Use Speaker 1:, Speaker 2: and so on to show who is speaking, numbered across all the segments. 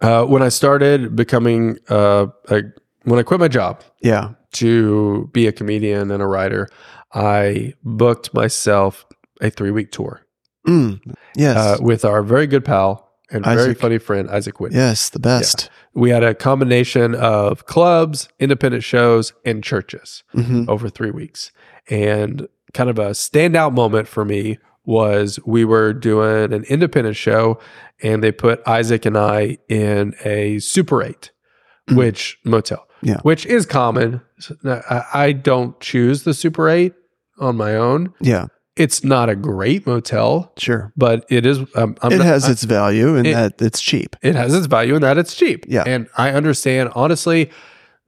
Speaker 1: Uh, when I started becoming, uh, a, when I quit my job
Speaker 2: Yeah.
Speaker 1: to be a comedian and a writer, I booked myself a three week tour
Speaker 2: Mm. Yes.
Speaker 1: uh, with our very good pal and very
Speaker 2: Isaac.
Speaker 1: funny friend, Isaac Whitney.
Speaker 2: yes. The best.
Speaker 1: We had a combination of clubs, independent shows, and churches
Speaker 2: hmm
Speaker 1: over three weeks. And kind of a standout moment for me was we were doing an independent show and they put Isaac and I in a Super 8,
Speaker 2: Mm.
Speaker 1: which motel,
Speaker 2: Yeah.
Speaker 1: which is common. S- no, I- I don't choose the Super 8 on my own.
Speaker 2: Yeah.
Speaker 1: It's not a great motel,
Speaker 2: Sure.
Speaker 1: but it is. Um, I'm
Speaker 2: it
Speaker 1: not-
Speaker 2: has
Speaker 1: I-
Speaker 2: its value in
Speaker 1: it-
Speaker 2: that it's cheap.
Speaker 1: it has its value in that it's cheap.
Speaker 2: Yeah.
Speaker 1: And I understand, honestly,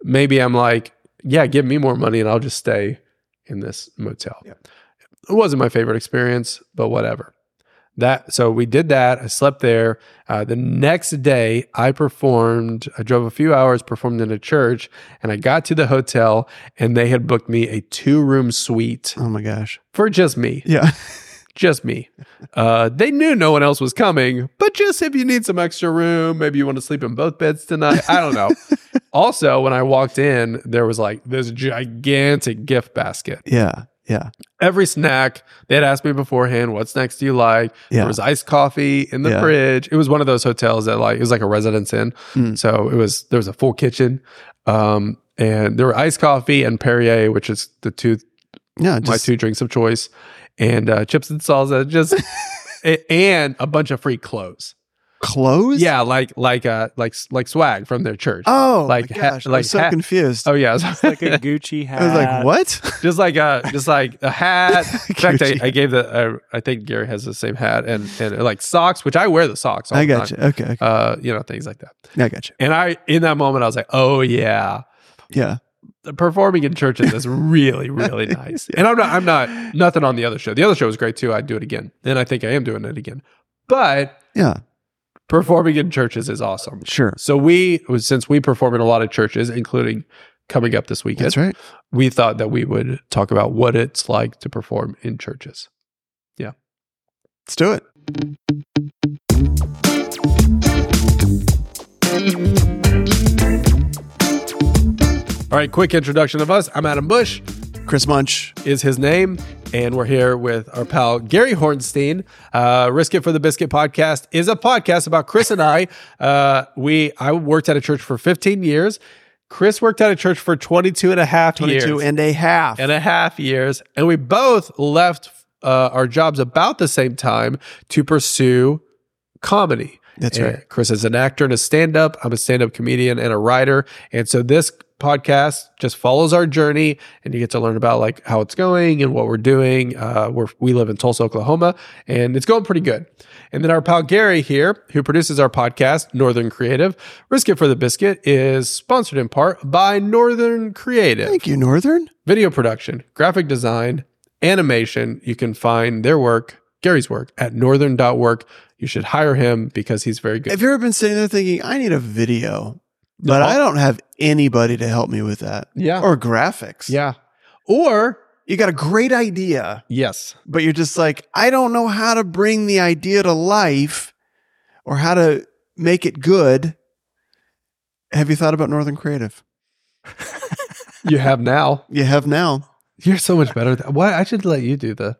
Speaker 1: maybe I'm like, yeah, give me more money and I'll just stay in this motel.
Speaker 2: Yeah.
Speaker 1: It wasn't my favorite experience, but whatever. That so we did that. I slept there. Uh, the next day, I performed. I drove a few hours, performed in a church, and I got to the hotel, and they had booked me a two-room suite
Speaker 2: Oh my gosh.
Speaker 1: for just me
Speaker 2: Yeah.
Speaker 1: just me. Uh, they knew no one else was coming, but just if you need some extra room, maybe you want to sleep in both beds tonight. I don't know. also, when I walked in, there was like this gigantic gift basket.
Speaker 2: Yeah. Yeah.
Speaker 1: Every snack they had asked me beforehand, "What snacks do you like?"
Speaker 2: Yeah.
Speaker 1: There was iced coffee in the
Speaker 2: Yeah.
Speaker 1: fridge. It was one of those hotels that like it was like a Residence Inn,
Speaker 2: Mm.
Speaker 1: so it was there was a full kitchen, um, and there were iced coffee and Perrier, which is the two
Speaker 2: Yeah.
Speaker 1: my
Speaker 2: Just,
Speaker 1: two drinks of choice and uh, chips and salsa just a- and a bunch of free clothes
Speaker 2: clothes?
Speaker 1: yeah like like uh like like swag from their church
Speaker 2: Oh,
Speaker 1: Like
Speaker 2: my
Speaker 1: ha-
Speaker 2: gosh. I'm
Speaker 1: like
Speaker 2: so
Speaker 1: ha-
Speaker 2: confused.
Speaker 1: oh yeah
Speaker 3: It's like a Gucci hat.
Speaker 2: I was like, what?
Speaker 1: just like a just like a hat in fact
Speaker 2: Gucci
Speaker 1: I, I gave the I, I think gary has the same hat and and like socks which i wear the socks all
Speaker 2: I
Speaker 1: the
Speaker 2: got you.
Speaker 1: time.
Speaker 2: Okay. okay.
Speaker 1: uh you know things like that
Speaker 2: I got you.
Speaker 1: and i in that moment i was like oh yeah
Speaker 2: Yeah.
Speaker 1: performing in churches is really really nice and i'm not i'm not nothing on the other show the other show was great too i'd do it again and i think i am doing it again but
Speaker 2: Yeah.
Speaker 1: performing in churches is awesome
Speaker 2: Sure.
Speaker 1: so we since we perform in a lot of churches including coming up this weekend
Speaker 2: That's right.
Speaker 1: we thought that we would talk about what it's like to perform in churches
Speaker 2: Let's do it.
Speaker 1: all right quick introduction of us i'm adam bush
Speaker 2: Chris Munch.
Speaker 1: is his name. And we're here with our pal Gary Hornstein. Uh, Risk It for the Biscuit podcast is a podcast about Chris and I. Uh, we I worked at a church for 15 years. Chris worked at a church for 22 and a half
Speaker 2: 22
Speaker 1: years.
Speaker 2: and a half.
Speaker 1: and a half years. And we both left uh, our jobs about the same time to pursue comedy.
Speaker 2: That's
Speaker 1: And
Speaker 2: right.
Speaker 1: Chris is an actor and a stand up. I'm a stand up comedian and a writer. And so this podcast just follows our journey and you get to learn about like how it's going and what we're doing. Uh, we're, we live in Tulsa, Oklahoma, and it's going pretty good. And then our pal Gary here, who produces our podcast, Northern Creative, Risk It for the Biscuit, is sponsored in part by Northern Creative
Speaker 2: Thank you, Northern.
Speaker 1: video production, graphic design, animation. You can find their work, Gary's work, at northern.work. You should hire him because he's very good.
Speaker 2: Have you ever been sitting there thinking, I need a video, but I don't have anybody to help me with that
Speaker 1: yeah.
Speaker 2: or graphics?
Speaker 1: yeah. Or,
Speaker 2: You got a great idea,
Speaker 1: yes.
Speaker 2: but you're just like, I don't know how to bring the idea to life or how to make it good. Have you thought about Northern Creative?
Speaker 1: You have now.
Speaker 2: You have now.
Speaker 1: You're so much better. at that. Why? I should let you do the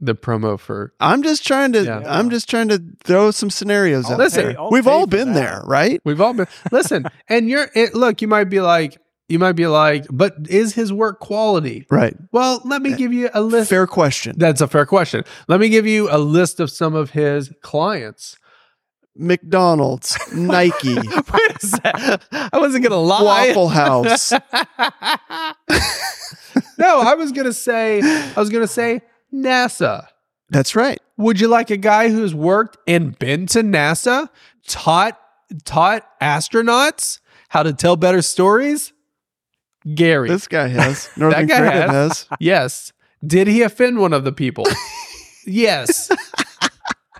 Speaker 1: the promo for.
Speaker 2: I'm just trying to
Speaker 1: Yeah.
Speaker 2: I'm just trying to throw some scenarios
Speaker 3: I'll
Speaker 2: out
Speaker 1: Listen,
Speaker 2: there.
Speaker 3: pay- I'll
Speaker 2: We've
Speaker 3: pay
Speaker 2: all
Speaker 3: for
Speaker 2: been
Speaker 3: that.
Speaker 2: there, right?
Speaker 1: We've all been listen, and you're it, look. You might be like, you might be like, but is his work quality?
Speaker 2: Right.
Speaker 1: Well, let me give you a list.
Speaker 2: Fair question.
Speaker 1: Eh, That's a fair question. Let me give you a list of some of his clients.
Speaker 2: McDonald's, Nike,
Speaker 1: Wait a sec. I wasn't gonna lie.
Speaker 2: Waffle House.
Speaker 1: no, I was gonna say. I was gonna say NASA.
Speaker 2: That's right.
Speaker 1: Would you like a guy who's worked and been to NASA, taught taught astronauts how to tell better stories? Gary.
Speaker 2: This guy has. Northern
Speaker 1: guy
Speaker 2: Creative
Speaker 1: has.
Speaker 2: has.
Speaker 1: yes. Did he offend one of the people? yes.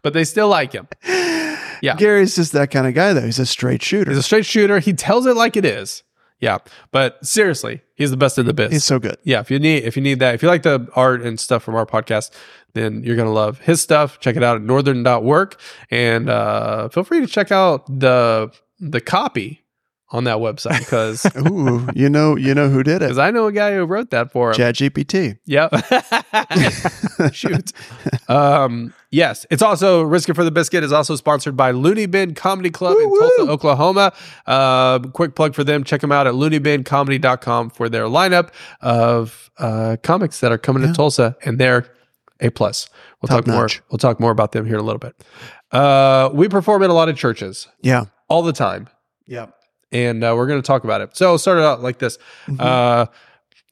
Speaker 1: But they still like him. Yeah.
Speaker 2: Gary's just that kind of guy, though. He's a straight shooter.
Speaker 1: He's a
Speaker 2: He's,
Speaker 1: straight shooter. He tells it like it is. Yeah. But seriously, he's the best of the biz.
Speaker 2: so good.
Speaker 1: yeah, if you need if you need that, if you like the art and stuff from our podcast, then you're gonna love his stuff. Check it out at northern.work and uh, feel free to check out the the copy on that website because
Speaker 2: Ooh, you know, you know who did it?
Speaker 1: I know a guy who wrote that for him.
Speaker 2: ChatGPT.
Speaker 1: Yep. Shoot. um, yes, it's also Risking for the Biscuit is also sponsored by Looney Bin Comedy Club in
Speaker 2: Woo-woo.
Speaker 1: Tulsa, Oklahoma. Uh, quick plug for them. Check them out at looneybincomedy.com for their lineup of uh, comics that are coming
Speaker 2: Yeah.
Speaker 1: to Tulsa, and they're a plus. We'll
Speaker 2: Top
Speaker 1: talk more.
Speaker 2: notch.
Speaker 1: We'll talk more about them here in a little bit. Uh, we perform at a lot of churches
Speaker 2: Yeah.
Speaker 1: all the time,
Speaker 2: Yeah.
Speaker 1: and uh, we're going to talk about it. So, started out like this.
Speaker 2: Mhm.
Speaker 1: Uh,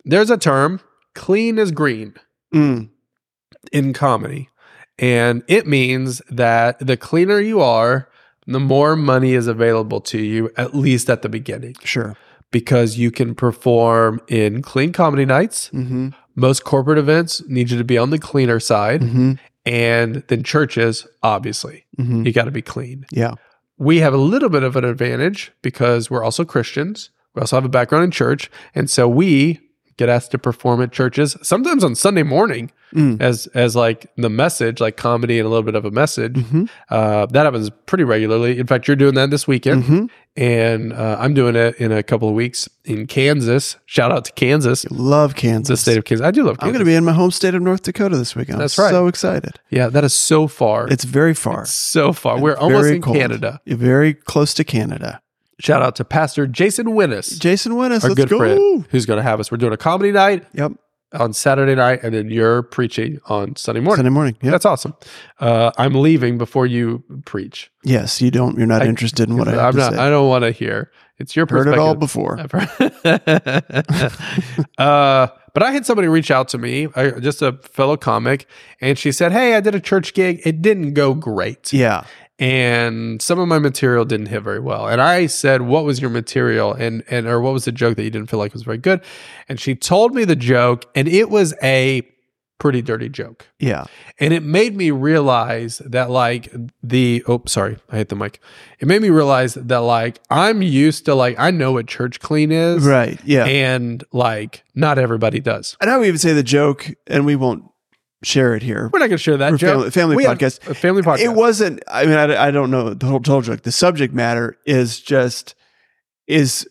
Speaker 1: there's a term, clean is green
Speaker 2: Mm.
Speaker 1: in comedy. And it means that the cleaner you are, the more money is available to you, at least at the beginning,
Speaker 2: Sure.
Speaker 1: because you can perform in clean comedy nights.
Speaker 2: Mm-hmm.
Speaker 1: Most corporate events need you to be on the cleaner side.
Speaker 2: Mm-hmm.
Speaker 1: And then churches, obviously,
Speaker 2: Mm-hmm.
Speaker 1: you got to be clean.
Speaker 2: Yeah.
Speaker 1: We have a little bit of an advantage because we're also Christians. We also have a background in church. And so we get asked to perform at churches, sometimes on Sunday morning
Speaker 2: Mm.
Speaker 1: as as like the message, like comedy and a little bit of a message.
Speaker 2: Mm-hmm.
Speaker 1: Uh, that happens pretty regularly. In fact, you're doing that this weekend,
Speaker 2: Mm-hmm.
Speaker 1: and uh, I'm doing it in a couple of weeks in Kansas. Shout out to Kansas,
Speaker 2: Love
Speaker 1: the
Speaker 2: Kansas.
Speaker 1: state of Kansas. I do love
Speaker 2: I'm
Speaker 1: Kansas.
Speaker 2: going to be in my home state of North Dakota this weekend.
Speaker 1: That's
Speaker 2: I'm
Speaker 1: right.
Speaker 2: So excited.
Speaker 1: yeah, that is so far.
Speaker 2: It's very far.
Speaker 1: so far.
Speaker 2: It's
Speaker 1: We're almost
Speaker 2: very
Speaker 1: in
Speaker 2: cold.
Speaker 1: Canada.
Speaker 2: You're very close to Canada.
Speaker 1: Shout out to Pastor Jason Winnis,
Speaker 2: Jason Winnis,
Speaker 1: our
Speaker 2: let's
Speaker 1: good
Speaker 2: go.
Speaker 1: friend, who's going to have us. We're doing a comedy night
Speaker 2: Yep.
Speaker 1: on Saturday night, and then you're preaching on Sunday morning.
Speaker 2: Sunday morning. Yep.
Speaker 1: That's awesome. Uh, I'm leaving before you preach.
Speaker 2: yes, you don't. You're not
Speaker 1: I-
Speaker 2: interested in what I have
Speaker 1: I'm
Speaker 2: to
Speaker 1: not.
Speaker 2: say.
Speaker 1: I don't want to hear. It's your
Speaker 2: Heard it all
Speaker 1: perspective.
Speaker 2: before.
Speaker 1: uh, but I had somebody reach out to me, uh, just a fellow comic, and she said, "Hey, I did a church gig. It didn't go great,
Speaker 2: Yeah.
Speaker 1: and some of my material didn't hit very well." And I said, "What was your material? And and or what was the joke that you didn't feel like was very good?" And she told me the joke, and it was a pretty dirty joke.
Speaker 2: Yeah.
Speaker 1: And it made me realize that, like, the oh, sorry, I hit the mic. It made me realize that, like, I'm used to, like, I know what church clean is.
Speaker 2: Right. Yeah.
Speaker 1: And, like, not everybody does.
Speaker 2: And I would even say the joke, and we won't share it here.
Speaker 1: We're not going to share that
Speaker 2: We're
Speaker 1: joke.
Speaker 2: family, family
Speaker 1: We have
Speaker 2: podcast.
Speaker 1: a family podcast.
Speaker 2: It wasn't. I mean, I, I don't know the whole total joke. The subject matter is just is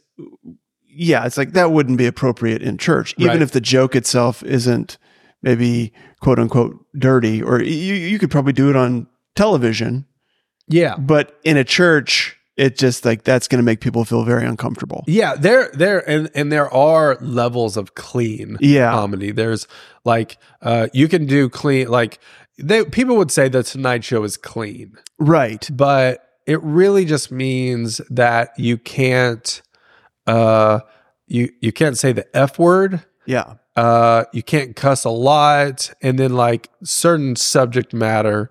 Speaker 2: yeah. It's like that wouldn't be appropriate in church, even
Speaker 1: Right.
Speaker 2: if the joke itself isn't maybe quote unquote dirty, or you you could probably do it on television,
Speaker 1: yeah.
Speaker 2: but in a church, it just like that's going to make people feel very uncomfortable.
Speaker 1: Yeah. There, there, and, and there are levels of clean
Speaker 2: Yeah,
Speaker 1: comedy. There's, like, uh, you can do clean, like, they, people would say the Tonight Show is clean.
Speaker 2: right.
Speaker 1: but it really just means that you can't uh you you can't say the f word
Speaker 2: Yeah,
Speaker 1: uh you can't cuss a lot and then like certain subject matter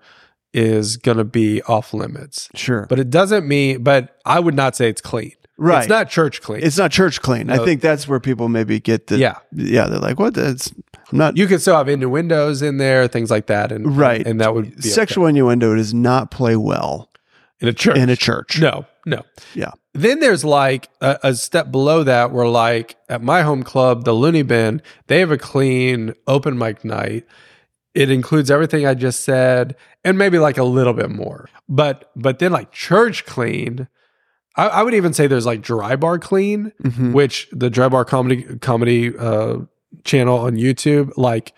Speaker 1: is going to be off limits
Speaker 2: sure.
Speaker 1: but it doesn't mean but i would not say it's clean
Speaker 2: right.
Speaker 1: it's not church clean
Speaker 2: It's not church clean.
Speaker 1: No.
Speaker 2: I think that's where people maybe get the
Speaker 1: yeah
Speaker 2: yeah, they're like, what? That's I'm not
Speaker 1: you can still have innuendos in there things like that and
Speaker 2: Right.
Speaker 1: and that would be
Speaker 2: sexual innuendo does not play well
Speaker 1: okay. in a church
Speaker 2: in a church.
Speaker 1: No, no.
Speaker 2: Yeah.
Speaker 1: Then there's like a, a step below that where like at my home club, the Looney Bin, they have a clean open mic night. It includes everything I just said and maybe like a little bit more. But but then like church clean, I, I would even say there's like dry bar clean,
Speaker 3: Mm-hmm.
Speaker 2: Mhm.
Speaker 1: which the dry bar comedy comedy uh channel on YouTube, like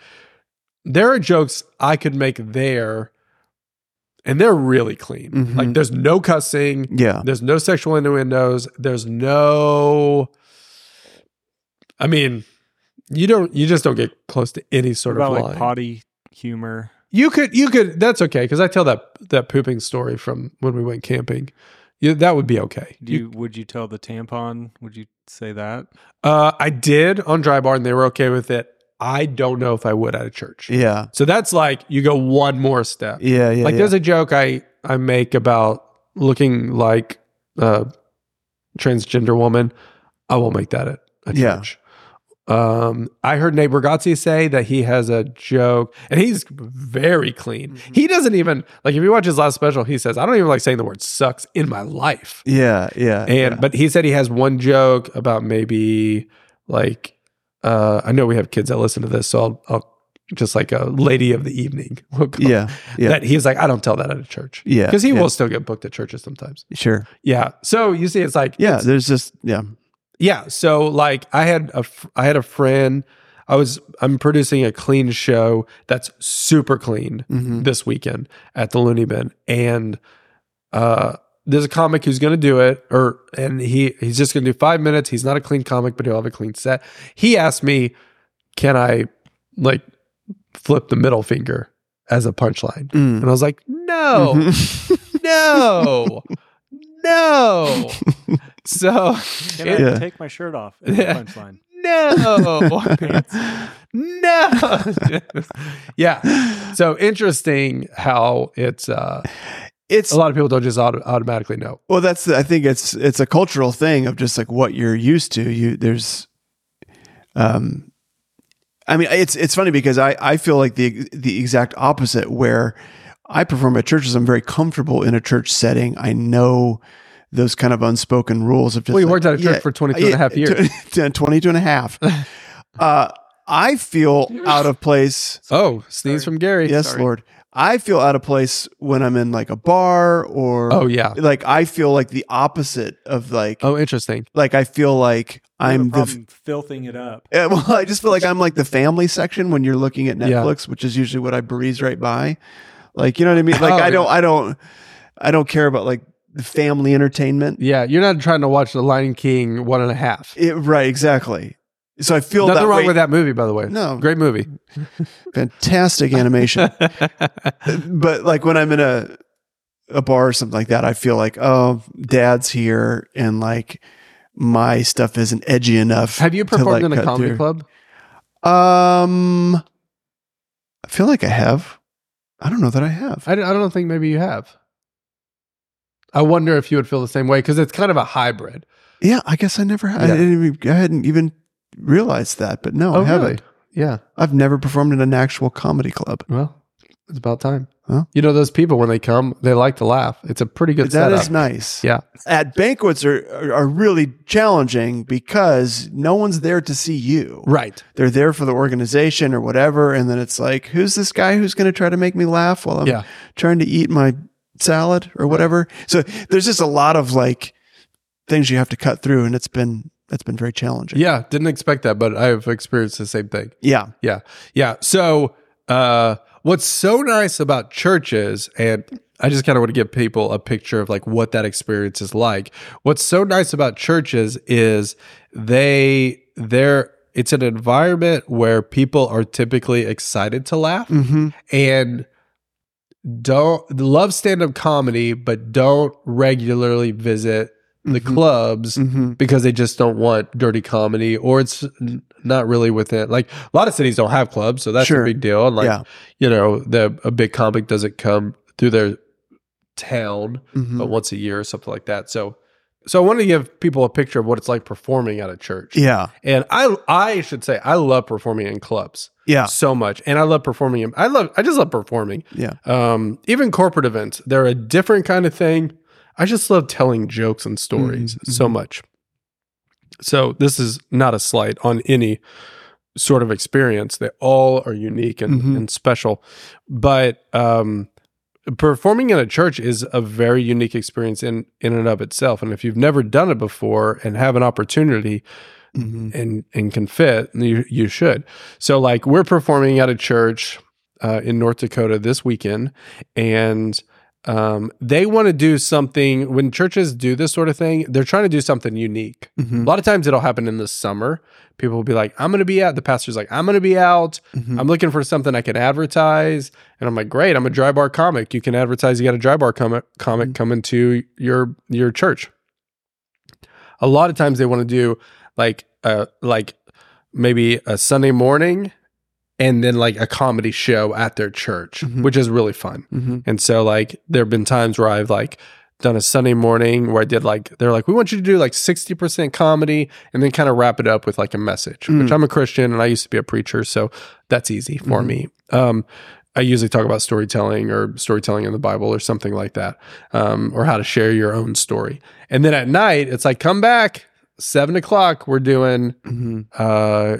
Speaker 1: there are jokes I could make there and they're really clean.
Speaker 2: Mhm.
Speaker 3: Mm-hmm.
Speaker 1: Like there's no cussing.
Speaker 2: Yeah.
Speaker 1: There's no sexual innuendos. There's no. I mean, you don't. You just don't get close to any sort
Speaker 3: about
Speaker 1: of
Speaker 3: like
Speaker 1: line.
Speaker 3: potty humor.
Speaker 1: you could. You could. That's okay because I tell that that pooping story from when we went camping. You, that would be okay.
Speaker 3: Do you, would you tell the tampon? Would you say that?
Speaker 1: Uh, I did on dry bar, and they were okay with it. I don't know if I would at a church.
Speaker 2: Yeah.
Speaker 1: So that's like you go one more step.
Speaker 2: Yeah. Yeah.
Speaker 1: like
Speaker 2: yeah.
Speaker 1: there's a joke I I make about looking like a transgender woman. I won't make that at a
Speaker 2: Yeah.
Speaker 1: church. Um, I heard Nate Bargatze say that he has a joke, and he's very clean.
Speaker 2: Mm-hmm.
Speaker 3: Mhm.
Speaker 1: He doesn't even like if you watch his last special, he says, "I don't even like saying the word sucks in my life."
Speaker 2: yeah. Yeah.
Speaker 1: And but he said he has one joke about maybe like uh, I know we have kids that listen to this, so I'll, I'll just like a lady of the evening. we'll call
Speaker 2: Yeah. Yeah.
Speaker 1: That he's like, I don't tell that at a church.
Speaker 2: yeah.
Speaker 1: Because he
Speaker 2: yeah,
Speaker 1: will still get booked at churches sometimes.
Speaker 2: Sure.
Speaker 1: Yeah. So you see, it's like,
Speaker 2: Yeah.
Speaker 1: it's-
Speaker 2: There's just, yeah.
Speaker 1: yeah. So like I had a, fr- I had a friend, I was, I'm producing a clean show that's super clean
Speaker 2: hmm
Speaker 1: this weekend at the Looney Bin, and uh, there's a comic who's going to do it, or and he he's just going to do five minutes. He's not a clean comic, but he'll have a clean set. He asked me, "Can I like flip the middle finger as a punchline?"
Speaker 2: Mm.
Speaker 1: And I was like, "No,
Speaker 2: Mhm.
Speaker 1: no, no." So
Speaker 3: Can
Speaker 1: it-
Speaker 3: I
Speaker 2: Yeah.
Speaker 3: take my shirt off? At the
Speaker 1: Yeah.
Speaker 3: punchline.
Speaker 1: no, no, yeah. So interesting how it's uh,
Speaker 2: it's
Speaker 1: a lot of people don't just auto- automatically know.
Speaker 2: Well, that's the- I think it's it's a cultural thing of just like what you're used to. You there's, um, I mean it's it's funny because I I feel like the the exact opposite where I perform at churches. I'm very comfortable in a church setting. I know those kind of unspoken rules of just
Speaker 1: Well, you
Speaker 2: like,
Speaker 1: worked at a church
Speaker 2: yeah,
Speaker 1: for 22 and a half years.
Speaker 2: years. 22 and a half. uh, I feel out of place.
Speaker 1: Oh, sneeze from Gary.
Speaker 2: Yes,
Speaker 1: Sorry.
Speaker 2: Lord. I feel out of place when I'm in like a bar or
Speaker 1: Oh, yeah.
Speaker 2: like I feel like the opposite of like
Speaker 1: Oh, interesting.
Speaker 2: like I feel like
Speaker 3: I have a
Speaker 2: I'm the f-
Speaker 3: problem filthing it up.
Speaker 2: Eh, well I just feel like I'm like the family section when you're looking at
Speaker 1: Yeah.
Speaker 2: Netflix, which is usually what I breeze right by. Like you know what I mean? Like
Speaker 1: Oh,
Speaker 2: I don't I don't I don't care about like the family entertainment.
Speaker 1: Yeah, you're not trying to watch The Lion King one and a half.
Speaker 2: It, right, exactly. So I feel
Speaker 1: Nothing
Speaker 2: that
Speaker 1: wrong
Speaker 2: way.
Speaker 1: with that movie, by the way.
Speaker 2: No.
Speaker 1: great movie.
Speaker 2: fantastic animation. but like when I'm in a a bar or something like that, I feel like, oh, dad's here and like my stuff isn't edgy enough.
Speaker 1: Have you
Speaker 2: to,
Speaker 1: performed
Speaker 2: like,
Speaker 1: in a
Speaker 2: cut
Speaker 1: comedy
Speaker 2: through.
Speaker 1: club?
Speaker 2: Um, I feel like I have. I don't know that I have.
Speaker 1: I, don't- I don't think maybe you have. I wonder if you would feel the same way because it's kind of a hybrid.
Speaker 2: yeah, I guess I never have.
Speaker 1: Yeah. Oh,
Speaker 2: I, didn't even, I hadn't even realized that, but no, Oh, I haven't.
Speaker 1: Yeah.
Speaker 2: I've never performed in an actual comedy club.
Speaker 1: Well, it's about time.
Speaker 2: Huh?
Speaker 1: You know, those people when they come, they like to laugh. It's a pretty good
Speaker 2: That
Speaker 1: setup.
Speaker 2: is nice.
Speaker 1: Yeah.
Speaker 2: At banquets are, are are really challenging because no one's there to see you.
Speaker 1: right.
Speaker 2: They're there for the organization or whatever, and then it's like, who's this guy who's going to try to make me laugh while I'm
Speaker 1: Yeah.
Speaker 2: trying to eat my salad or whatever? So there's just a lot of like things you have to cut through, and it's been that's been very challenging.
Speaker 1: Yeah. Didn't expect that, but I've experienced the same thing.
Speaker 2: Yeah.
Speaker 1: Yeah. So, uh, what's so nice about churches, and I just kind of want to give people a picture of like what that experience is like. What's so nice about churches is they they're it's an environment where people are typically excited to laugh
Speaker 2: Mm-hmm.
Speaker 1: and don't love stand-up comedy but don't regularly visit the
Speaker 2: Mhm.
Speaker 1: clubs
Speaker 2: Mm-hmm.
Speaker 1: because they just don't want dirty comedy or it's n- not really within like a lot of cities don't have clubs so that's a
Speaker 2: Sure.
Speaker 1: big deal and like
Speaker 2: Yeah.
Speaker 1: you know the a big comic doesn't come through their town
Speaker 2: Mm-hmm.
Speaker 1: but once a year or something like that so so i wanted to give people a picture of what it's like performing at a church
Speaker 2: Yeah.
Speaker 1: and i i should say i love performing in clubs
Speaker 2: Yeah.
Speaker 1: so much and i love performing in- i love i just love performing
Speaker 2: Yeah.
Speaker 1: um even corporate events they're a different kind of thing i just love telling jokes and stories
Speaker 2: Mhm,
Speaker 1: so much so this is not a slight on any sort of experience they all are unique and,
Speaker 2: Mhm.
Speaker 1: and special but um performing in a church is a very unique experience in in and of itself and if you've never done it before and have an opportunity
Speaker 2: Mm-hmm.
Speaker 1: and and can fit, you you should. So like we're performing at a church uh, in North Dakota this weekend, and um, they want to do something. When churches do this sort of thing, they're trying to do something unique.
Speaker 2: Mm-hmm.
Speaker 1: A lot of times it'll happen in the summer. People will be like, "I'm going to be out." The pastor's like, "I'm going to be out.
Speaker 2: Mm-hmm.
Speaker 1: I'm looking for something I can advertise." And I'm like, "Great! I'm a dry bar comic. You can advertise. You got a dry bar comic comic
Speaker 2: Mhm.
Speaker 1: coming to your your church." A lot of times they want to do like uh like maybe a Sunday morning, and then like a comedy show at their church,
Speaker 2: Mhm.
Speaker 1: which is really fun.
Speaker 2: Mm-hmm.
Speaker 1: And so like there have been times where I've like done a Sunday morning where I did like they're like, we want you to do like 60% comedy and then kind of wrap it up with like a message.
Speaker 2: Mm.
Speaker 1: Which I'm a Christian and I used to be a preacher, so that's easy for
Speaker 2: Mhm.
Speaker 1: me. Um I usually talk about storytelling or storytelling in the Bible or something like that, um, or how to share your own story. And then at night, it's like, come back, seven o'clock, we're doing
Speaker 2: Mm-hmm.
Speaker 1: uh,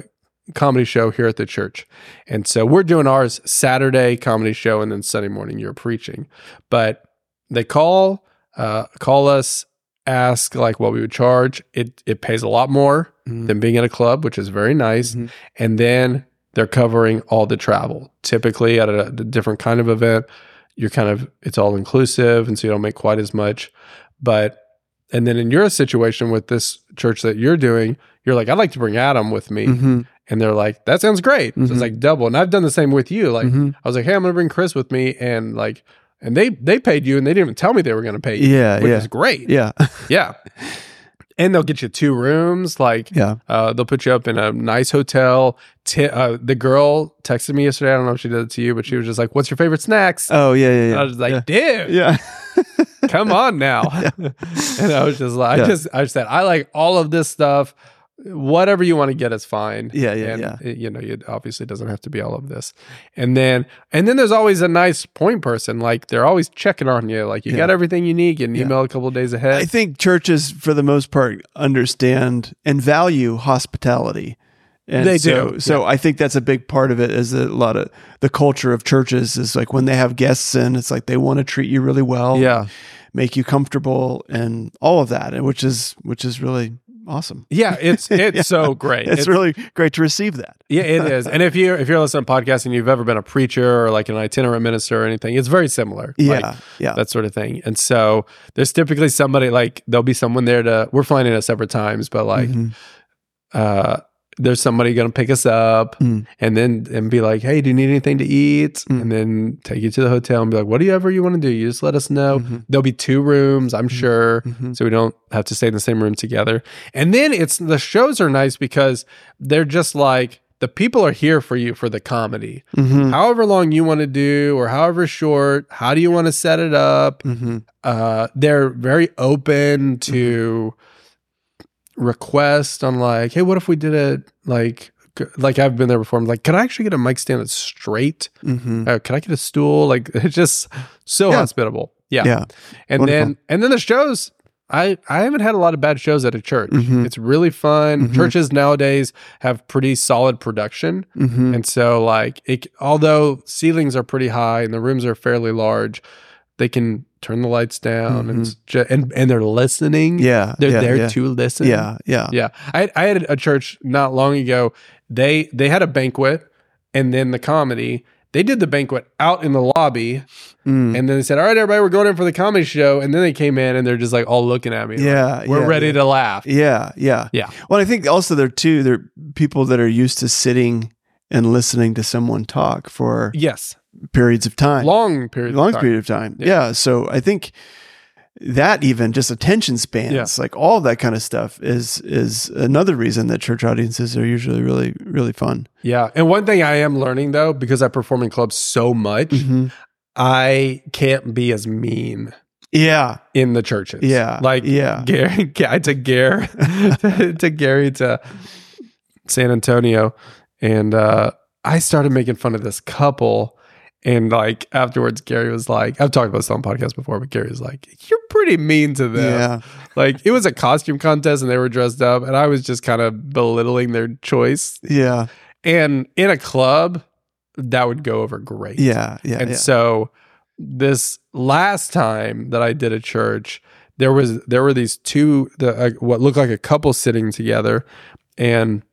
Speaker 1: comedy show here at the church. And so we're doing ours Saturday comedy show and then Sunday morning you're preaching. But they call uh, call us, ask like what we would charge. It it pays a lot more than
Speaker 2: Mm.
Speaker 1: Mm-hmm. being at a club, which is very nice.
Speaker 2: Mhm.
Speaker 1: And then they're covering all the travel. Typically at a, a different kind of event, you're kind of it's all inclusive and so you don't make quite as much. But and then in your situation with this church that you're doing, you're like, I'd like to bring Adam with me.
Speaker 2: Mhm.
Speaker 1: And they're like, that sounds great. So
Speaker 2: Mhm.
Speaker 1: it's like double. And I've done the same with you. Like
Speaker 2: Mhm.
Speaker 1: I was like, hey, I'm gonna bring Chris with me. And like and they they paid you and they didn't even tell me they were gonna pay you.
Speaker 2: Yeah,
Speaker 1: Which
Speaker 2: yeah,
Speaker 1: is great.
Speaker 2: yeah,
Speaker 1: Yeah. And they'll get you two rooms. Like
Speaker 2: yeah.
Speaker 1: uh, they'll put you up in a nice hotel. Ti uh, the girl texted me yesterday. I don't know if she did it to you, but she was just like, "What's your favorite snacks?"
Speaker 2: Oh, yeah, yeah,
Speaker 1: And
Speaker 2: yeah.
Speaker 1: I was just like,
Speaker 2: yeah.
Speaker 1: "Dude,
Speaker 2: yeah.
Speaker 1: come on now!" and I was just like,
Speaker 2: Yeah.
Speaker 1: "I just, I just said, I like all of this stuff. Whatever you want to get is fine."
Speaker 2: Yeah, yeah,
Speaker 1: and,
Speaker 2: yeah.
Speaker 1: uh, You know, it obviously doesn't have to be all of this. And then, and then there's always a nice point person. Like they're always checking on you. Like you
Speaker 2: Yeah.
Speaker 1: got everything you need. Get an
Speaker 2: Yeah.
Speaker 1: email a couple of days ahead.
Speaker 2: I think churches, for the most part, understand and value hospitality. And
Speaker 1: They
Speaker 2: so,
Speaker 1: do,
Speaker 2: So I think that's a big part of it. Is that a lot of the culture of churches is like when they have guests in, it's like they want to treat you really well,
Speaker 1: yeah.
Speaker 2: make you comfortable, and all of that, and which is which is really awesome.
Speaker 1: Yeah, it's it's
Speaker 2: Yeah.
Speaker 1: so great.
Speaker 2: It's, really great to receive that.
Speaker 1: Yeah, it is. And if you if you're listening to podcasts and you've ever been a preacher or like an itinerant minister or anything, it's very similar.
Speaker 2: Yeah,
Speaker 1: Like,
Speaker 2: yeah,
Speaker 1: that sort of thing. And so there's typically somebody like there'll be someone there to we're flying in at separate times, but like
Speaker 2: Mhm.
Speaker 1: uh there's somebody gonna pick us up
Speaker 2: Mm.
Speaker 1: and then and be like, Hey, do you need anything to eat?
Speaker 2: Mm.
Speaker 1: And then take you to the hotel and be like, Whatever you want to do, you just let us know.
Speaker 2: Mhm.
Speaker 1: There'll be two rooms, I'm sure
Speaker 2: Mhm.
Speaker 1: so we don't have to stay in the same room together. And then it's the shows are nice because they're just like the people are here for you for the comedy.
Speaker 2: Mhm.
Speaker 1: However long you want to do or however short, how do you want to set it up?
Speaker 2: Mhm.
Speaker 1: Uh they're very open to request on like, "Hey, what if we did it like like I've been there before. I'm like, can I actually get a mic stand that's straight?
Speaker 2: Mhm.
Speaker 1: Uh, can I get a stool? Like, it's just so
Speaker 2: Yeah.
Speaker 1: hospitable. Yeah
Speaker 2: Yeah,
Speaker 1: and
Speaker 2: Wonderful.
Speaker 1: then and then the shows i i haven't had a lot of bad shows at a church
Speaker 2: Mhm.
Speaker 1: it's really fun
Speaker 2: Mhm.
Speaker 1: churches nowadays have pretty solid production
Speaker 2: Mhm.
Speaker 1: and so like it although ceilings are pretty high and the rooms are fairly large they can turn the lights down and s- ju- and and they're listening
Speaker 2: Mm-hmm. yeah,
Speaker 1: they're
Speaker 2: yeah,
Speaker 1: there
Speaker 2: yeah.
Speaker 1: to listen
Speaker 2: Yeah, yeah.
Speaker 1: yeah I, I had a church not long ago they they had a banquet and then the comedy they did the banquet out in the lobby
Speaker 2: Mm.
Speaker 1: and then they said, "All right, everybody, we're going in for the comedy show." And then they came in and they're just like all looking at me. like,
Speaker 2: yeah,
Speaker 1: we're
Speaker 2: yeah,
Speaker 1: ready
Speaker 2: yeah.
Speaker 1: to laugh.
Speaker 2: Yeah, yeah,
Speaker 1: Yeah.
Speaker 2: Well, I think also there too. There are people that are used to sitting and listening to someone talk for
Speaker 1: Yes,
Speaker 2: periods of time,
Speaker 1: long period.
Speaker 2: long
Speaker 1: of time.
Speaker 2: period of time.
Speaker 1: Yeah.
Speaker 2: Yeah. So I think that even just attention spans,
Speaker 1: Yeah.
Speaker 2: like all that kind of stuff, is is another reason that church audiences are usually really really fun.
Speaker 1: Yeah, and one thing I am learning though, because I perform in clubs so much,
Speaker 2: Mm-hmm.
Speaker 1: I can't be as mean
Speaker 2: Yeah,
Speaker 1: in the churches.
Speaker 2: yeah,
Speaker 1: like
Speaker 2: yeah,
Speaker 1: Gary, I took Gary to Gary to San Antonio, and uh, I started making fun of this couple. And like afterwards, Gary was like, "I've talked about this on podcast before, but Gary was like, you're pretty mean to them.'
Speaker 2: yeah,
Speaker 1: like it was a costume contest and they were dressed up and i was just kind of belittling their choice
Speaker 2: yeah,
Speaker 1: and in a club that would go over great
Speaker 2: yeah, yeah.
Speaker 1: and
Speaker 2: yeah.
Speaker 1: so this last time that i did a church there was there were these two the uh, what looked like a couple sitting together and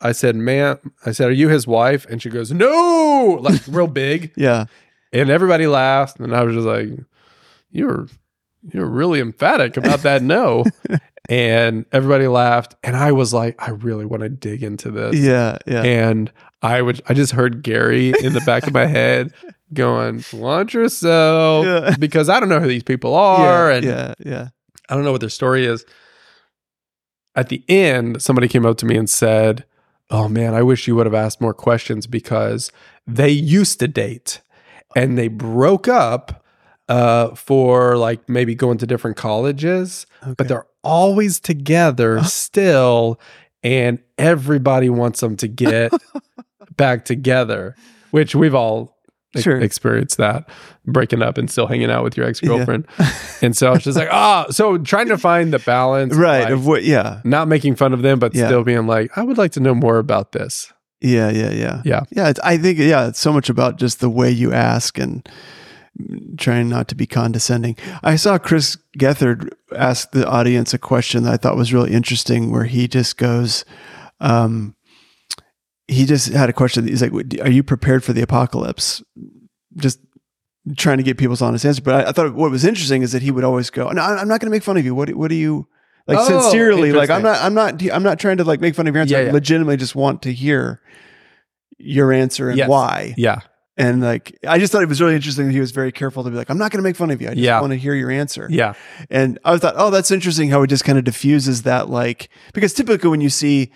Speaker 1: i said ma'am i said are you his wife and she goes no like real big
Speaker 2: yeah,
Speaker 1: and everybody laughed and i was just like you're you're really emphatic about that no and everybody laughed and i was like i really want to dig into this
Speaker 2: yeah, yeah,
Speaker 1: and i would i just heard gary in the back of my head going launch yourself
Speaker 2: Yeah.
Speaker 1: because i don't know who these people are
Speaker 2: yeah,
Speaker 1: and
Speaker 2: yeah, yeah.
Speaker 1: I don't know what their story is. At the end, somebody came up to me and said, Oh man, I wish you would have asked more questions because they used to date and they broke up uh, for like maybe going to different colleges, but
Speaker 2: Okay. Uh-huh.
Speaker 1: they're always together still. And everybody wants them to get back together, which we've all ex-
Speaker 2: Sure.
Speaker 1: experience that breaking up and still hanging out with your ex girlfriend. and so I was just like, ah, so trying to find the balance, of,
Speaker 2: right.
Speaker 1: like,
Speaker 2: of what? Yeah,
Speaker 1: not making fun of them, but
Speaker 2: Yeah.
Speaker 1: still being like, I would like to know more about this.
Speaker 2: yeah, yeah, yeah,
Speaker 1: Yeah.
Speaker 2: yeah. It's, I think yeah, it's so much about just the way you ask and trying not to be condescending. I saw Chris Gethard ask the audience a question that I thought was really interesting, where he just goes, um, he just had a question. He's like, "Are you prepared for the apocalypse?" Just trying to get people's honest answer. But I, I thought what was interesting is that he would always go, "No, I- I'm not going to make fun of you. What? do- What do you?" Like
Speaker 1: Oh,
Speaker 2: sincerely, like I'm
Speaker 1: interesting.
Speaker 2: not, I'm not, I'm not trying to like make fun of your answer.
Speaker 1: Yeah,
Speaker 2: I
Speaker 1: yeah.
Speaker 2: legitimately just want to hear your answer and
Speaker 1: Yes.
Speaker 2: why.
Speaker 1: Yeah.
Speaker 2: And like, I just thought it was really interesting that he was very careful to be like, I'm not going to make fun of you. I just
Speaker 1: Yeah.
Speaker 2: want to hear your answer.
Speaker 1: Yeah.
Speaker 2: And I thought, oh, that's interesting how it just kind of diffuses that, like, because typically when you see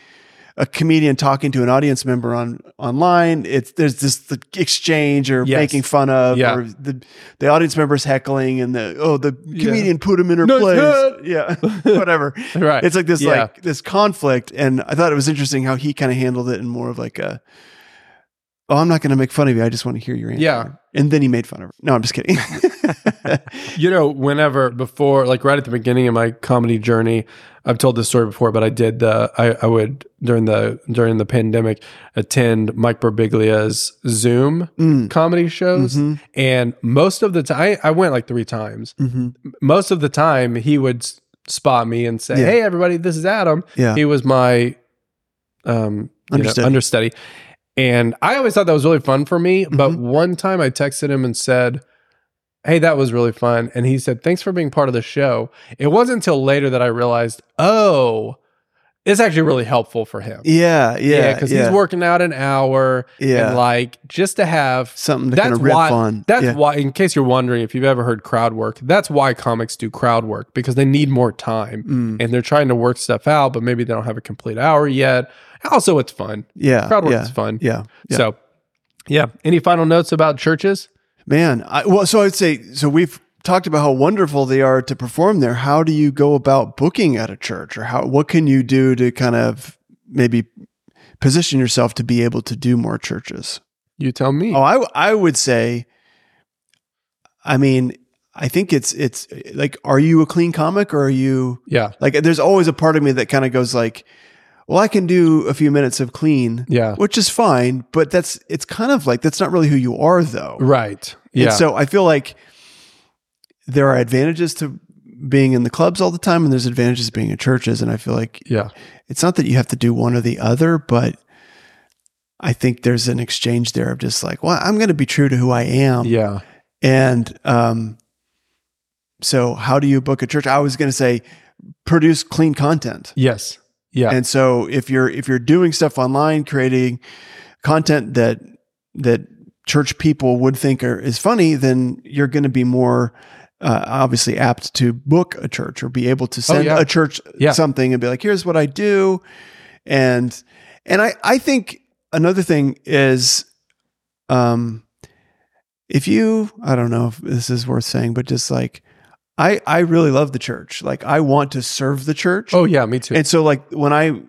Speaker 2: a comedian talking to an audience member on online, it's there's this the exchange or
Speaker 1: Yes.
Speaker 2: making fun of,
Speaker 1: Yeah.
Speaker 2: or the the audience member's heckling, and the oh the
Speaker 1: Yeah.
Speaker 2: comedian put him in her
Speaker 1: Nice
Speaker 2: place,
Speaker 1: hat.
Speaker 2: yeah, whatever.
Speaker 1: Right.
Speaker 2: It's like this
Speaker 1: Yeah.
Speaker 2: like this conflict, and I thought it was interesting how he kind of handled it in more of like a. Oh, I'm not going to make fun of you. I just want to hear your answer.
Speaker 1: Yeah.
Speaker 2: And then he made fun of her. No, I'm just kidding.
Speaker 1: You know, whenever before, like right at the beginning of my comedy journey, I've told this story before, but I did the I, I would during the during the pandemic attend Mike Birbiglia's Zoom
Speaker 2: Mm.
Speaker 1: comedy shows,
Speaker 2: Mhm.
Speaker 1: and most of the time I, I went like three times.
Speaker 2: Mhm.
Speaker 1: Most of the time he would s- spot me and say,
Speaker 2: Yeah.
Speaker 1: "Hey, everybody, this is Adam."
Speaker 2: Yeah.
Speaker 1: He was my um you know,
Speaker 2: Understudy.
Speaker 1: understudy. And I always thought that was really fun for me. But
Speaker 2: Mhm.
Speaker 1: one time I texted him and said, Hey, that was really fun. And he said, Thanks for being part of the show. It wasn't until later that I realized, Oh, it's actually really helpful for him.
Speaker 2: Yeah, yeah,
Speaker 1: Because
Speaker 2: yeah,
Speaker 1: he's working out an hour
Speaker 2: Yeah,
Speaker 1: and like just to have
Speaker 2: something to
Speaker 1: that's
Speaker 2: kind of riff
Speaker 1: why-
Speaker 2: on.
Speaker 1: that's
Speaker 2: yeah.
Speaker 1: why, in case you're wondering, if you've ever heard crowd work, that's why comics do crowd work because they need more time
Speaker 2: Mm.
Speaker 1: and they're trying to work stuff out, but maybe they don't have a complete hour yet. Also, it's fun.
Speaker 2: yeah,
Speaker 1: Crowd work
Speaker 2: Uh, yeah,
Speaker 1: is fun.
Speaker 2: yeah. yeah.
Speaker 1: So, yeah. Any final notes about churches?
Speaker 2: Man, I, well, so I'd say so. We've talked about how wonderful they are to perform there. How do you go about booking at a church, or how what can you do to kind of maybe position yourself to be able to do more churches?
Speaker 1: You tell me.
Speaker 2: Oh, I I would say. I mean, I think it's it's like, are you a clean comic or are you
Speaker 1: yeah.
Speaker 2: like? There's always a part of me that kind of goes like, well, I can do a few minutes of clean,
Speaker 1: Yeah.
Speaker 2: which is fine but that's it's kind of like that's not really who you are though
Speaker 1: Right. Yeah.
Speaker 2: and so i feel like there are advantages to being in the clubs all the time and there's advantages to being in churches and i feel like
Speaker 1: yeah.
Speaker 2: it's not that you have to do one or the other but i think there's an exchange there of just like well i'm going to be true to who i am
Speaker 1: Yeah.
Speaker 2: and um so how do you book a church i was going to say produce clean content
Speaker 1: Yes. Yeah.
Speaker 2: and so if you're if you're doing stuff online, creating content that that church people would think are, is funny, then you're going to be more uh, obviously apt to book a church or be able to send
Speaker 1: Oh, yeah.
Speaker 2: a church
Speaker 1: Yeah.
Speaker 2: something and be like, here's what I do, and and I I think another thing is, um, if you I don't know if this is worth saying, but just like. I, I really love the church. Like I want to serve the church.
Speaker 1: oh, yeah. Me too.
Speaker 2: And so like when I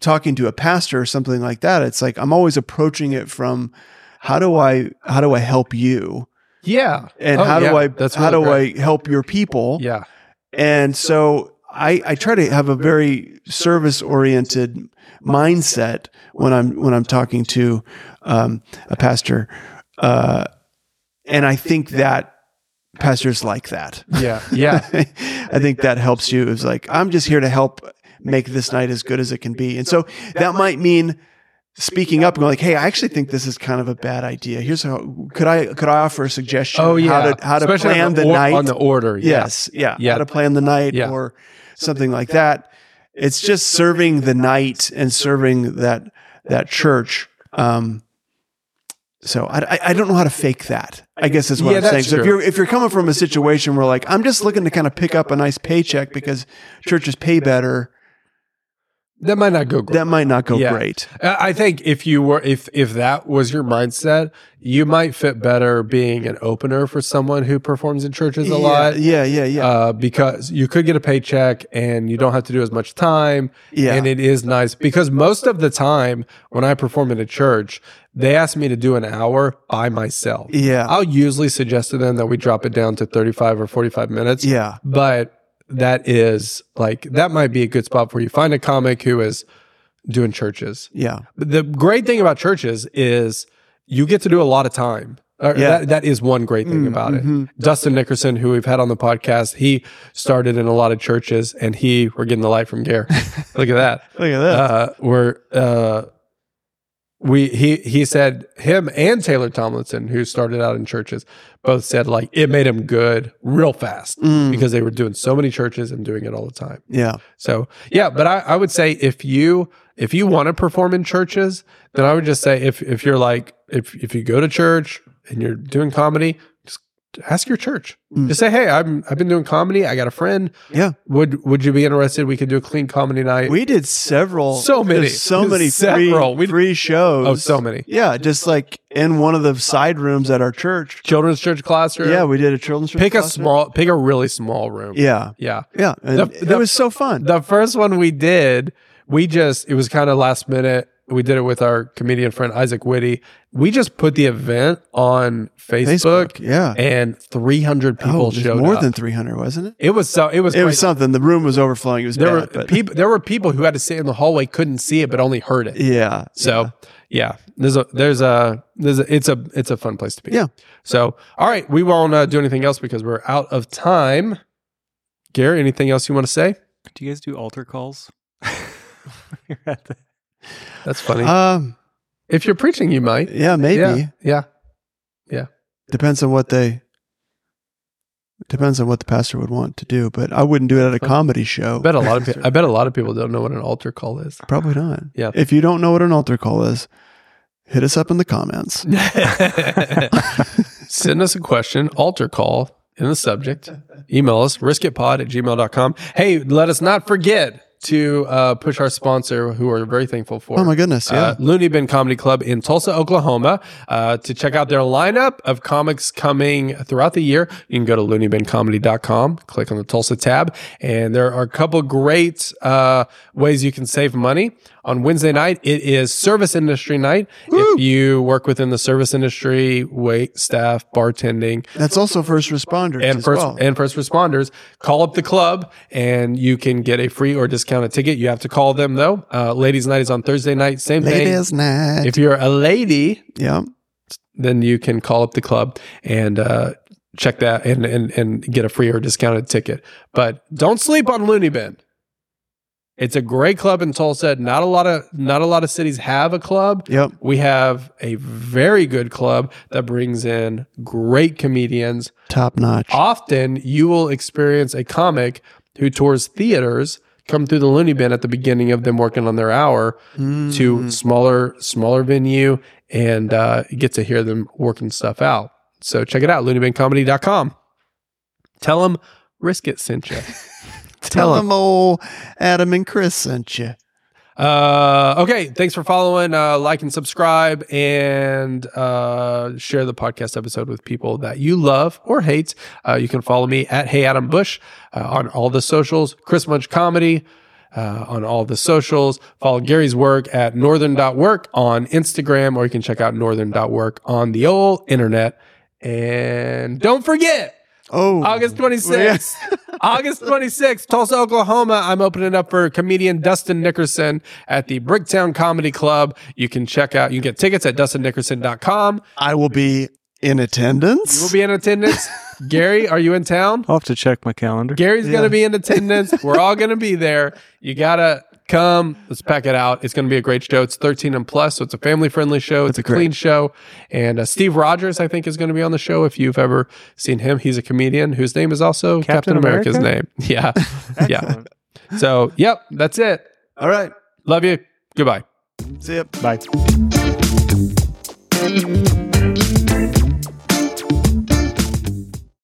Speaker 2: talking to a pastor or something like that, it's like I'm always approaching it from how do I how do I help you?
Speaker 1: yeah.
Speaker 2: And
Speaker 1: Oh,
Speaker 2: how
Speaker 1: yeah.
Speaker 2: do I
Speaker 1: That's
Speaker 2: how
Speaker 1: really
Speaker 2: do I help your people?
Speaker 1: Yeah.
Speaker 2: And so I I try to have a very service oriented mindset when I'm when I'm talking to um, a pastor. Uh, and I think that pastors like that.
Speaker 1: Yeah. Yeah.
Speaker 2: I think that helps you. It's like, I'm just here to help make this night as good as it can be. And so that might mean speaking up and going like, Hey, I actually think this is kind of a bad idea. Here's how, could I, could I offer a suggestion?
Speaker 1: oh, yeah.
Speaker 2: How to, how to
Speaker 1: Especially
Speaker 2: plan
Speaker 1: on
Speaker 2: the
Speaker 1: or-
Speaker 2: night?
Speaker 1: On the order. Yeah.
Speaker 2: yes. Yeah.
Speaker 1: Yeah.
Speaker 2: How to plan the night
Speaker 1: Yeah.
Speaker 2: or something like that. It's just serving the night and serving that, that church. Um, so I, I- I don't know how to fake that. I guess is what
Speaker 1: Yeah,
Speaker 2: I'm
Speaker 1: that's
Speaker 2: saying. So if
Speaker 1: true.
Speaker 2: you're if you're coming from a situation where like I'm just looking to kind of pick up a nice paycheck because churches pay better,
Speaker 1: that might not go great.
Speaker 2: that might not go
Speaker 1: Yeah.
Speaker 2: great.
Speaker 1: I I think if you were if if that was your mindset, you might fit better being an opener for someone who performs in churches a
Speaker 2: yeah,
Speaker 1: lot.
Speaker 2: Yeah, yeah, yeah,
Speaker 1: Uh, because you could get a paycheck and you don't have to do as much time.
Speaker 2: yeah.
Speaker 1: And it is nice because most of the time when I perform in a church, they ask me to do an hour by myself.
Speaker 2: yeah,
Speaker 1: I'll usually suggest to them that we drop it down to 35 or 45 minutes.
Speaker 2: yeah,
Speaker 1: But that is like, that might be a good spot for you. Find a comic who is doing churches.
Speaker 2: yeah,
Speaker 1: But the great thing about churches is you get to do a lot of time. Or
Speaker 2: Yeah.
Speaker 1: that, that is one great thing about it.
Speaker 2: mhm.
Speaker 1: Dustin Nickerson, who we've had on the podcast, he started in a lot of churches and he, we're getting the light from Gare. Look at that
Speaker 2: Look at that.
Speaker 1: uh, were uh, we he he said him and Taylor Tomlinson, who started out in churches, both said like it made him good real fast
Speaker 2: Mm.
Speaker 1: because they were doing so many churches and doing it all the time.
Speaker 2: yeah,
Speaker 1: So yeah, but I, I would say if you if you want to perform in churches, then I would just say if if you're like if if you go to church and you're doing comedy, just ask your church.
Speaker 2: Mm.
Speaker 1: Just say, hey, I'm I've been doing comedy. I got a friend.
Speaker 2: yeah.
Speaker 1: Would would you be interested? We could do a clean comedy night.
Speaker 2: We did several,
Speaker 1: So many.
Speaker 2: there's so many
Speaker 1: Several.
Speaker 2: free,
Speaker 1: We-
Speaker 2: free shows.
Speaker 1: oh, so many.
Speaker 2: Yeah, just like in one of the side rooms at our church.
Speaker 1: children's church classroom.
Speaker 2: Yeah, we did a children's
Speaker 1: pick a
Speaker 2: classroom.
Speaker 1: small, pick a really small room.
Speaker 2: Yeah,
Speaker 1: yeah.
Speaker 2: yeah. And
Speaker 1: The- the-
Speaker 2: it was so fun.
Speaker 1: The first one we did, we just it was kind of last minute. We did it with our comedian friend Isaac Whitty. We just put the event on Facebook,
Speaker 2: yeah.
Speaker 1: and 300 people
Speaker 2: oh, there's
Speaker 1: showed
Speaker 2: more
Speaker 1: up.
Speaker 2: than 300, wasn't it?
Speaker 1: it was so it was
Speaker 2: It was
Speaker 1: crazy.
Speaker 2: something. The room was overflowing. It was
Speaker 1: there were
Speaker 2: bad, but-
Speaker 1: people there were people who had to sit in the hallway couldn't see it but only heard it.
Speaker 2: Yeah.
Speaker 1: So yeah, there's a there's a there's a, it's a it's a fun place to be.
Speaker 2: Yeah.
Speaker 1: So all right, we won't uh, do anything else because we're out of time. Gary, anything else you want to say?
Speaker 3: Do you guys do altar calls? You're at the-
Speaker 1: That's funny.
Speaker 2: Um.
Speaker 1: if you're preaching, you might.
Speaker 2: Yeah. Maybe.
Speaker 1: Yeah. Yeah.
Speaker 2: Depends on what they. Depends on what the pastor would want to do, but I wouldn't do it at a comedy
Speaker 1: I
Speaker 2: show.
Speaker 1: bet a lot of people. I bet a lot of people don't know what an altar call is.
Speaker 2: Probably not.
Speaker 1: Yeah.
Speaker 2: If you don't know what an altar call is, hit us up in the comments.
Speaker 1: Send us a question, altar call in the subject. Email us, riskitpod at gmail.com. Hey, let us not forget to uh, push our sponsor, who we're very thankful for.
Speaker 2: Oh my goodness. Yeah.
Speaker 1: uh, Looney Bin Comedy Club in Tulsa, Oklahoma, uh, to check out their lineup of comics coming throughout the year. You can go to looneybincomedy.com, click on the Tulsa tab, and there are a couple great uh, ways you can save money. On Wednesday night, it is service industry night. If you work within the service industry, wait staff, bartending,
Speaker 2: That's also first responders
Speaker 1: and
Speaker 2: as
Speaker 1: first
Speaker 2: well.
Speaker 1: and first responders call up the club and you can get a free or discounted ticket you have to call them though uh, ladies night is on thursday night same thing
Speaker 2: Ladies night.
Speaker 1: if you're a lady,
Speaker 2: yeah.
Speaker 1: then you can call up the club and uh, check that and, and and get a free or discounted ticket. But don't sleep on Looney Bin. It's a great club in Tulsa. Not a lot of not a lot of cities have a club.
Speaker 2: Yep.
Speaker 1: We have a very good club that brings in great comedians.
Speaker 2: Top notch.
Speaker 1: Often you will experience a comic who tours theaters come through the Looney Bin at the beginning of them working on their hour
Speaker 2: Mm.
Speaker 1: to smaller smaller venue and uh, get to hear them working stuff out. So check it out, loonybincomedy.com. Tell them Risk It sent you.
Speaker 2: tell them old Adam and Chris sent you.
Speaker 1: Uh, okay, thanks for following. Uh, like and subscribe and uh, share the podcast episode with people that you love or hate. Uh, you can follow me at Hey Adam Bush uh, on all the socials, Chris Munch Comedy. Uh, on all the socials. Follow Gary's work at northern.work on Instagram, or you can check out northern.work on the old internet. And don't forget,
Speaker 2: Oh,
Speaker 1: August 26th. August 26th, Tulsa, Oklahoma. I'm opening up for comedian Dustin Nickerson at the Bricktown Comedy Club. You can check out, you can get tickets at dustinnickerson.com.
Speaker 2: I will be in attendance.
Speaker 1: You will be in attendance. Gary, are you in town?
Speaker 3: I'll have to check my calendar.
Speaker 1: Gary's going
Speaker 2: Yeah.
Speaker 1: to be in attendance. We're all going to be there. You got to come. Let's pack it out. It's going to be a great show. It's 13 and plus, so it's a family friendly show. It's
Speaker 2: That'd
Speaker 1: a
Speaker 2: be great.
Speaker 1: clean show. And uh, Steve Rogers, I think, is going to be on the show if you've ever seen him. He's a comedian whose name is also Captain,
Speaker 3: Captain
Speaker 1: America's
Speaker 3: America?
Speaker 1: name. Yeah. yeah.
Speaker 3: Excellent.
Speaker 1: So, yep, that's it.
Speaker 2: All right.
Speaker 1: Love you. Goodbye.
Speaker 2: See ya.
Speaker 3: Bye.